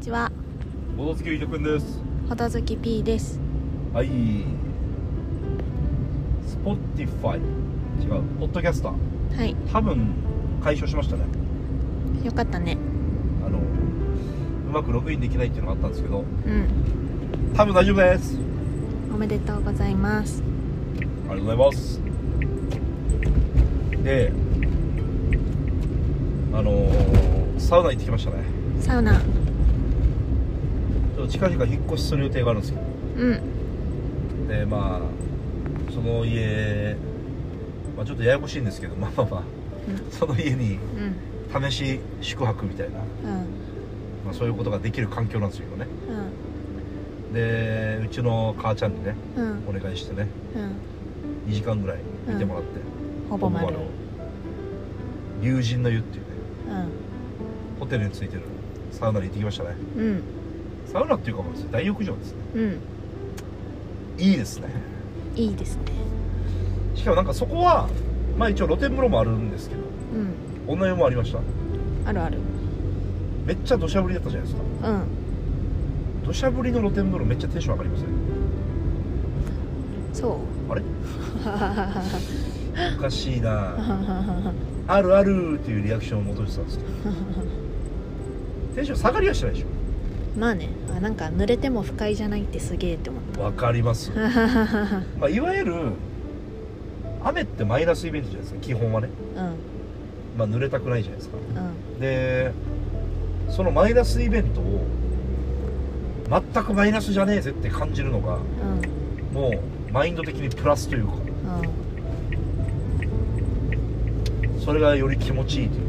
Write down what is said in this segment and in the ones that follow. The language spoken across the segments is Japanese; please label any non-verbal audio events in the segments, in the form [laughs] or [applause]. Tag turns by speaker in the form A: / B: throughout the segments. A: ちは、
B: ボドツキュイトくんです。
A: ほどずき P です。
B: はい。Spotify 違う。ポッドキャスター。
A: はい、
B: 多分解消しましたね。
A: よかったね。
B: あのうまくログインできないっていうのがあったんですけど、
A: うん、
B: 多分大丈夫です。
A: おめでとうございます。
B: ありがとうございます。で、あのーサウナ行ってきましたね。
A: サウナ、
B: ちょっと近々引っ越しする予定があるんですけ
A: うん、
B: ど、でまあその家、まあちょっとややこしいんですけど、まあまあまあその家に。
A: うん、
B: 試し宿泊みたいな、
A: うん、
B: まあ、そういうことができる環境なんですよ今ね
A: うん、
B: でうちの母ちゃんにね
A: うん、
B: お願いしてね
A: うん、
B: 2時間ぐらい見てもらって、
A: ほぼ丸。
B: ほ
A: う
B: ぼ丸龍神の湯っていうね
A: ん、
B: ホテルについてるサウナに行ってきましたね
A: うん、
B: サウナっていうかもう大浴場ですね
A: うん、
B: いいですね
A: いいですね。
B: しかもなんかそこはまあ一応露天風呂もあるんですけど
A: うん、
B: 女湯もありました
A: あるある。
B: めっちゃ土砂降りだったじゃないですか
A: うん、
B: 土砂降りの露天風呂めっちゃテンション上がりますね
A: そう。
B: あれ
A: は
B: おかしいな
A: は
B: あるあるっていうリアクションを戻してたんですけどテンション下がりはしてないでしょ
A: まあね、あなんか濡れても不快じゃないってすげえって思った。
B: わかります、
A: はははは
B: まあ、いわゆる雨ってマイナスイベントじゃないですか基本はね、
A: うん、
B: まあ、濡れたくないじゃないですか
A: うん、
B: でそのマイナスイベントを全くマイナスじゃねえぜって感じるのが
A: うん、
B: もうマインド的にプラスというか
A: うん、
B: それがより気持ちいいという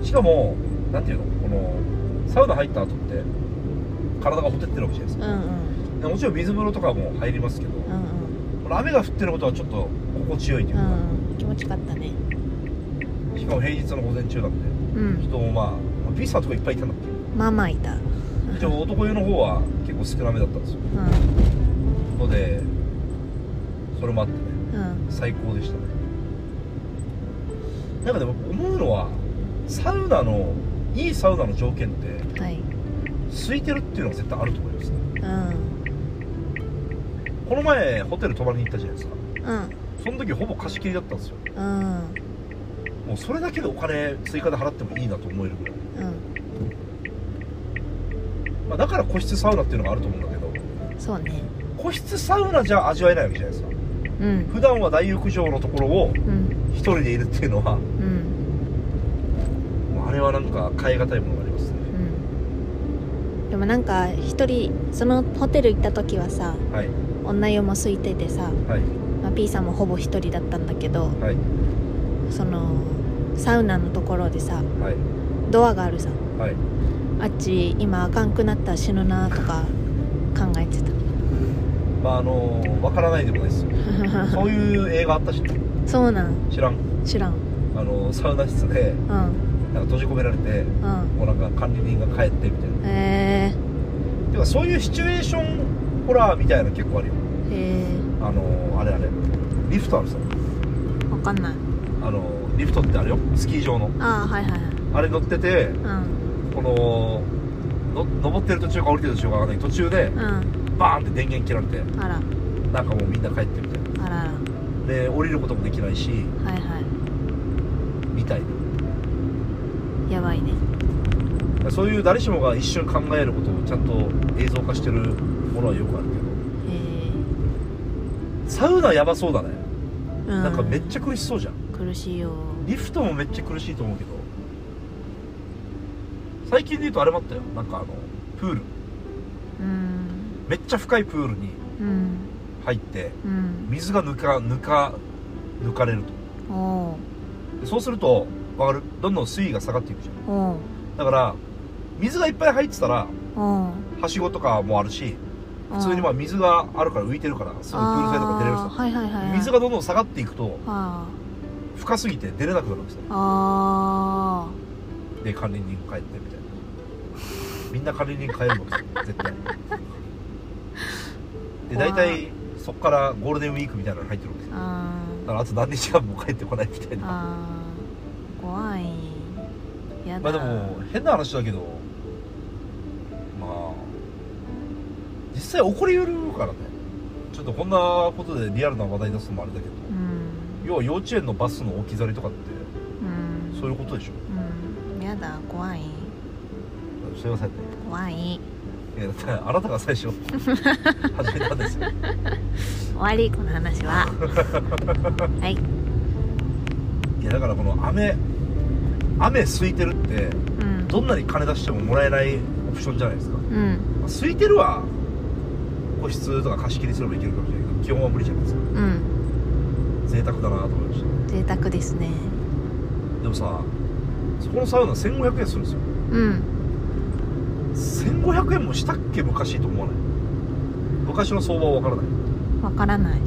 A: うん、
B: しかもなんていうのこのサウナ入った後って体がほてってるわけじゃないです
A: う
B: か
A: ん、
B: でもちろん水風呂とかも入りますけど
A: うん、うん。
B: この雨が降ってることはちょっと心地よいというか、
A: うん、気持ちよかったね
B: しかも平日の午前中なんで
A: うん
B: 人もまあ、まあ、ビスさんとかいっぱいいたんだっけ
A: まあまあいた
B: 一応男湯の方は結構少なめだったんですよ
A: う
B: のでそれもあってね
A: んうん
B: 最高でしたねなんかでも思うのはサウナのいいサウナの条件って
A: はい
B: 空いてるっていうのが絶対あると思いますね
A: うん
B: この前ホテル泊まりに行ったじゃないですか
A: うん
B: その時ほぼ貸し切りだったんですよ
A: うん
B: もうそれだけでお金追加で払ってもいいなと思えるぐらい、
A: う
B: まあ、だから個室サウナっていうのがあると思うんだけど
A: んそうね
B: 個室サウナじゃ味わえないわけじゃないですか
A: うん
B: 普段は大浴場のところを
A: うん
B: 一人でいるっていうのは
A: うん
B: もうあれはなんか変え難いものがありますね
A: うんでもなんか一人そのホテル行った時はさ
B: はい
A: 女湯も空いててさ、
B: はい
A: まあ、P さんもほぼ一人だったんだけど
B: はい
A: そのサウナのところでさ
B: はい
A: ドアがあるさ
B: はい
A: あっち今あかんくなったら死ぬなとか考えてた
B: まああのわからないでもないですよそういう映画あったし
A: そうなん
B: 知らん
A: 知らん
B: あのサウナ室で
A: うん
B: なんか閉じ込められて
A: うん
B: もうなんか管理人が帰ってみたいな
A: へえ
B: てかそういうシチュエーションホラーみたいなの結構あるよ
A: へえ
B: あのあれあれリフトあるさ
A: わかんない
B: あのリフトってあれよスキー場の
A: ああはいはいはい
B: あれ乗ってて
A: うん
B: このの登ってる途中か降りてる途中かわかんないけど途中で
A: うん
B: バーンって電源切られて
A: あら
B: なんかもうみんな帰ってみたい
A: あらあ
B: なで降りることもできないし
A: らはいは
B: みたい
A: いやばいね
B: なそういう誰しもが一瞬考えることをちゃんと映像化してるものはよくあるけど
A: へえ
B: サウナやばそうだね、
A: うん
B: なんかめっちゃ苦しそうじゃん
A: 苦しいよ
B: リフトもめっちゃ苦しいと思うけど最近で言うとあれもあったよなんかあのプール
A: うん
B: めっちゃ深いプールに
A: うん
B: 入って
A: うん
B: 水がぬかぬか抜かれると
A: おう
B: でそうするとわかるどんどん水位が下がっていくじゃん
A: おう
B: だから水がいっぱい入ってたら
A: おう
B: はしごとかもあるし普通にまあ
A: あ
B: 水があるから浮いてるからすぐプールサイドから出れる
A: あー
B: さ
A: はいはいはい
B: 水がどんどん下がっていくと
A: あ
B: 深すぎて出れなくなるんですよ
A: ーあ
B: で管理人帰ってみたいなみんな管理人帰るのですよ絶対で
A: 怖
B: 大
A: い
B: 体そこからゴールデンウィークみたいなの入ってるんです
A: ー
B: よ
A: あ
B: だ
A: ー
B: からあと何日間も帰ってこないみたいな
A: あー怖いや
B: まあ
A: だ
B: でも変な話だけど際起こりうるからねちょっとこんなことでリアルな話題出すのもあれだけど
A: うん
B: 要は幼稚園のバスの置き去りとかって
A: うん
B: そういうことでしょ
A: うんやだ怖い
B: すいませんね
A: 怖い
B: いやだってあなたが最初 [laughs] 始めたんですよ
A: 終わりこの
B: [laughs]
A: 話ははい
B: いやだからこの雨雨空いてるって
A: うん
B: どんなに金出してももらえないオプションじゃないですか、ま
A: うん
B: あ空いてるは個室とか貸し切りすればいけるかもしれないけど基本は無理じゃないですか
A: うん
B: 贅沢だなと思いまし
A: 贅沢ですね
B: たでもさそこのサウナ1500円するんですよ
A: うん
B: 1500円もしたっけ昔と思わない昔の相場は分からない
A: わからない
B: い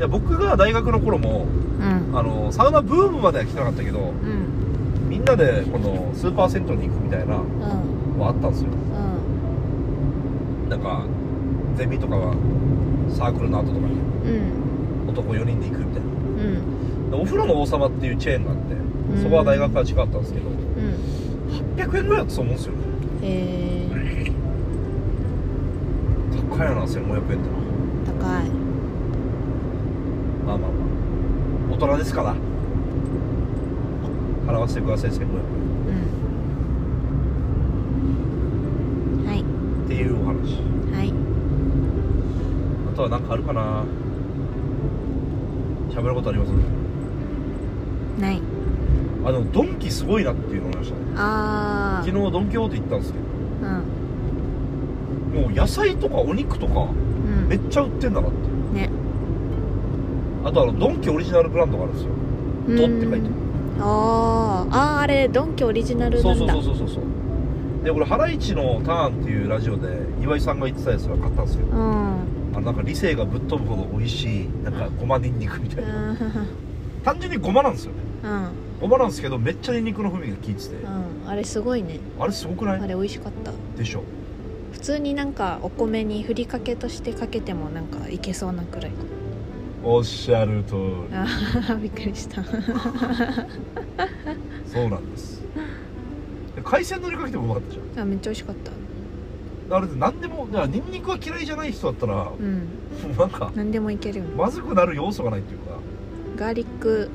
B: や僕が大学の頃も
A: うん
B: あのサウナブームまでは来てなかったけど
A: うん
B: みんなでこのスーパー銭湯に行くみたいなの
A: うん
B: はあったんですよ
A: うん
B: なんかゼミとかはサークルの後とかに
A: うん
B: 男4人で行くみたいな
A: うん
B: でお風呂の王様っていうチェーンがあって
A: ん
B: そこは大学から違かったんですけど
A: うん
B: 800円ぐらいだったと思うんですよね
A: えー、
B: 高いな1500円ってな
A: 高い
B: まあまあまあ大人ですから払わせてください1500円
A: うんはい
B: っていうお話
A: はい
B: あとは何かあるかな喋ることあります
A: ない
B: あでもドンキすごいなっていうのを思いましたね
A: あ
B: 昨日ドン・キホーテ行ったんですけど
A: あうん
B: もう野菜とかお肉とか
A: うん
B: めっちゃ売ってんだなっていう
A: ね
B: あとあのドンキオリジナルブランドがあるんですよ「ド」って書いて
A: あーあーあれドンキオリジナル
B: そ
A: な
B: うんそう
A: だ
B: そうそうそうそうでこれ「ハライチのターン」っていうラジオで岩井さんが言ってたやつが買ったんですよ
A: うん
B: あのなんか理性がぶっ飛ぶほど美味しいなんかごまニンニクみた
A: う
B: いなん単純にごまなんですよね
A: うん
B: ごまなんですけどめっちゃニンニクの風味が効いてて
A: うんあれすごいね
B: あれすごくな
A: あ
B: い
A: れ美味しかった
B: でしょ
A: 普通になんかお米にふりかけとしてかけてもなんかいけそうなくらい
B: おっしゃる通り
A: あーびっくりした
B: そうなんですで海鮮のりかけてもうまかったじゃ
A: [laughs] あめっちゃ美味しかった
B: んあれで何でもだからニンニクが嫌いじゃない人だったらも
A: うん
B: うなんか
A: 何でもいけるよね
B: まずくなる要素がないっていうか
A: ガーリック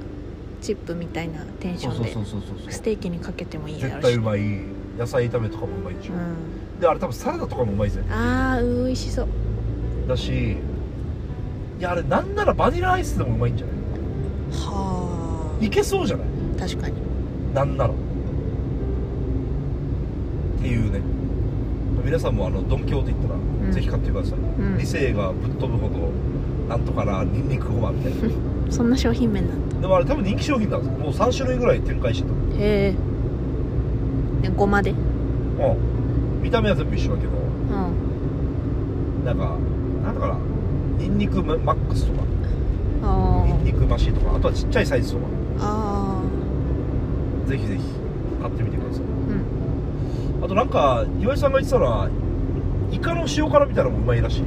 A: チップみたいなテンシ
B: そう
A: ョ
B: そう
A: ンで
B: そうそうそう
A: ス
B: 絶
A: テーキにかけてもいいやろ
B: 対
A: し
B: うまい野菜炒めとかもうまいでしょ、
A: う
B: であれ多分サラダとかもうまいぜ
A: ん、あーうん美味しそう
B: だしいやあれなんならバニラアイスでもうまいんじゃな
A: はい
B: いけそうじゃない
A: 確かに
B: なんならっていうね皆さんもあのドン・キホーテ行ったら、
A: ん
B: ぜひ買ってください、
A: ん
B: 理性がぶっ飛ぶほどなんとかなニンニクごまみたいな
A: そんな商品名なんだ
B: でもあれ多分人気商品なんですよもう3種類ぐらい展開してた
A: へえごまで
B: うん見た目は全部一緒だけど
A: うん
B: なんかなんだかなニンニクママックスとか
A: あ
B: ニンニクマシとかあとはちっちゃいサイズとか
A: ーあ
B: ぜひぜひ買ってみてください
A: ーうん
B: あとなんか岩井さんが言ってたのはイカの塩辛みたいなのもうまいらしい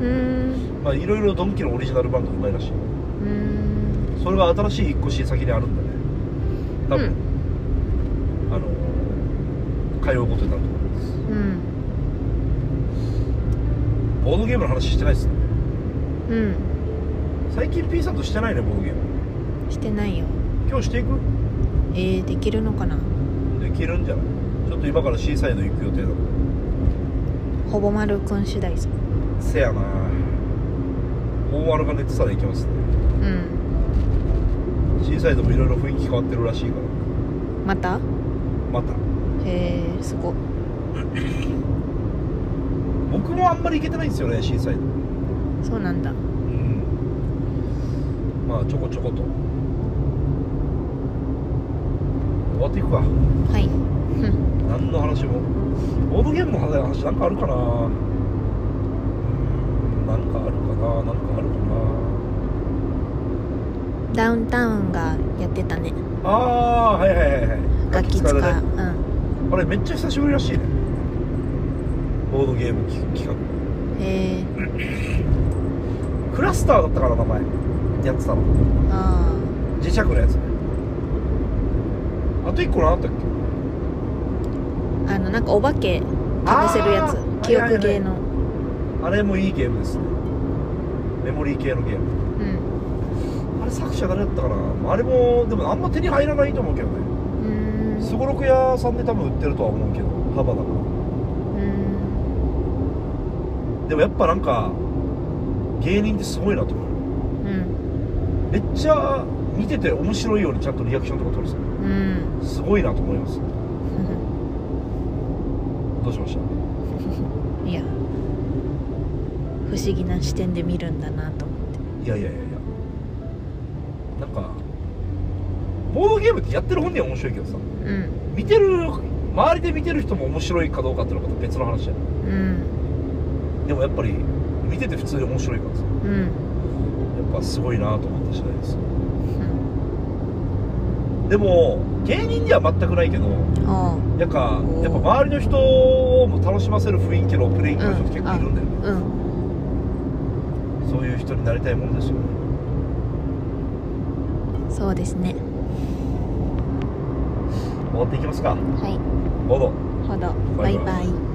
B: う
A: ーん
B: まあいろいろドンキのオリジナルバンドうまいらしいう
A: ーん
B: それが新しい引っ越し先にあるんだね多分、あの通うことになると思います
A: うん
B: ボードゲームの話してないっすね
A: うん
B: 最近 P さんとしてないねボードゲーム
A: してないよ
B: 今日していく
A: えー、できるのかな
B: できるんじゃないちょっと今からシーサイド行く予定だもん
A: ほぼ丸くん次第さ
B: せやな大丸が寝てたら行きますね
A: うん
B: シーサイドもいろいろ雰囲気変わってるらしいから
A: また
B: また
A: へえすごっ
B: 僕もあんまり行けてないんですよねシーサイド
A: そうなんだ
B: うんまあちょこちょこと終わっていくか
A: はい [laughs] うん
B: 何の話もボードゲームの話なんかあるかなうんなんかあるかななんかあるか
A: ダウンタウンがやってたね
B: なああーはいはいはいはい
A: ガキ使う、
B: 疲れね
A: う
B: あれめっちゃ久しぶりらしいねボードゲーム企企
A: んへえ
B: 画クラスターだったから名前やってたの
A: あ
B: 磁石のやつねあと1個何あったっけ
A: ああのなんかお化けかぶせるや
B: あー
A: つ記憶系の
B: はいはいはいあれもいいゲームですねメモリー系のゲーム
A: うん
B: あれ作者誰だったかなまああれもでもあんま手に入らないと思うけどね
A: うん
B: すごろく屋さんで多分売ってるとは思うけど幅だから
A: うん
B: でもやっぱなんか芸人ってすごいなと思う
A: うん
B: めっちゃ見てて面白いようにちゃんとリアクションとか取るんですよ
A: うん
B: すごいなと思いますどうしました
A: いや不思議な視点で見るんだなと思っ
B: い
A: て
B: やいやいやいやなんかボードゲームってやってる本人は面白いけどさ
A: うん
B: 見てる周りで見てる人も面白いかどうかっていうのはまた別の話じゃない
A: うん
B: でもやっぱり見てて普通に面白いからさや
A: う
B: っ
A: ん
B: ぱすごいなと思った次第です
A: うん
B: でも芸人では全くないけど
A: あ
B: やっぱ
A: おー
B: やっぱ周りの人も楽しませる雰囲気のプレイングの人って結構いるんだよね、
A: あうん
B: そういう人になりたいものですよね
A: そうですね
B: 終わっていきますか
A: はい
B: ボード
A: ほど
B: バ
A: バ
B: イ
A: イ
B: バイ
A: バイ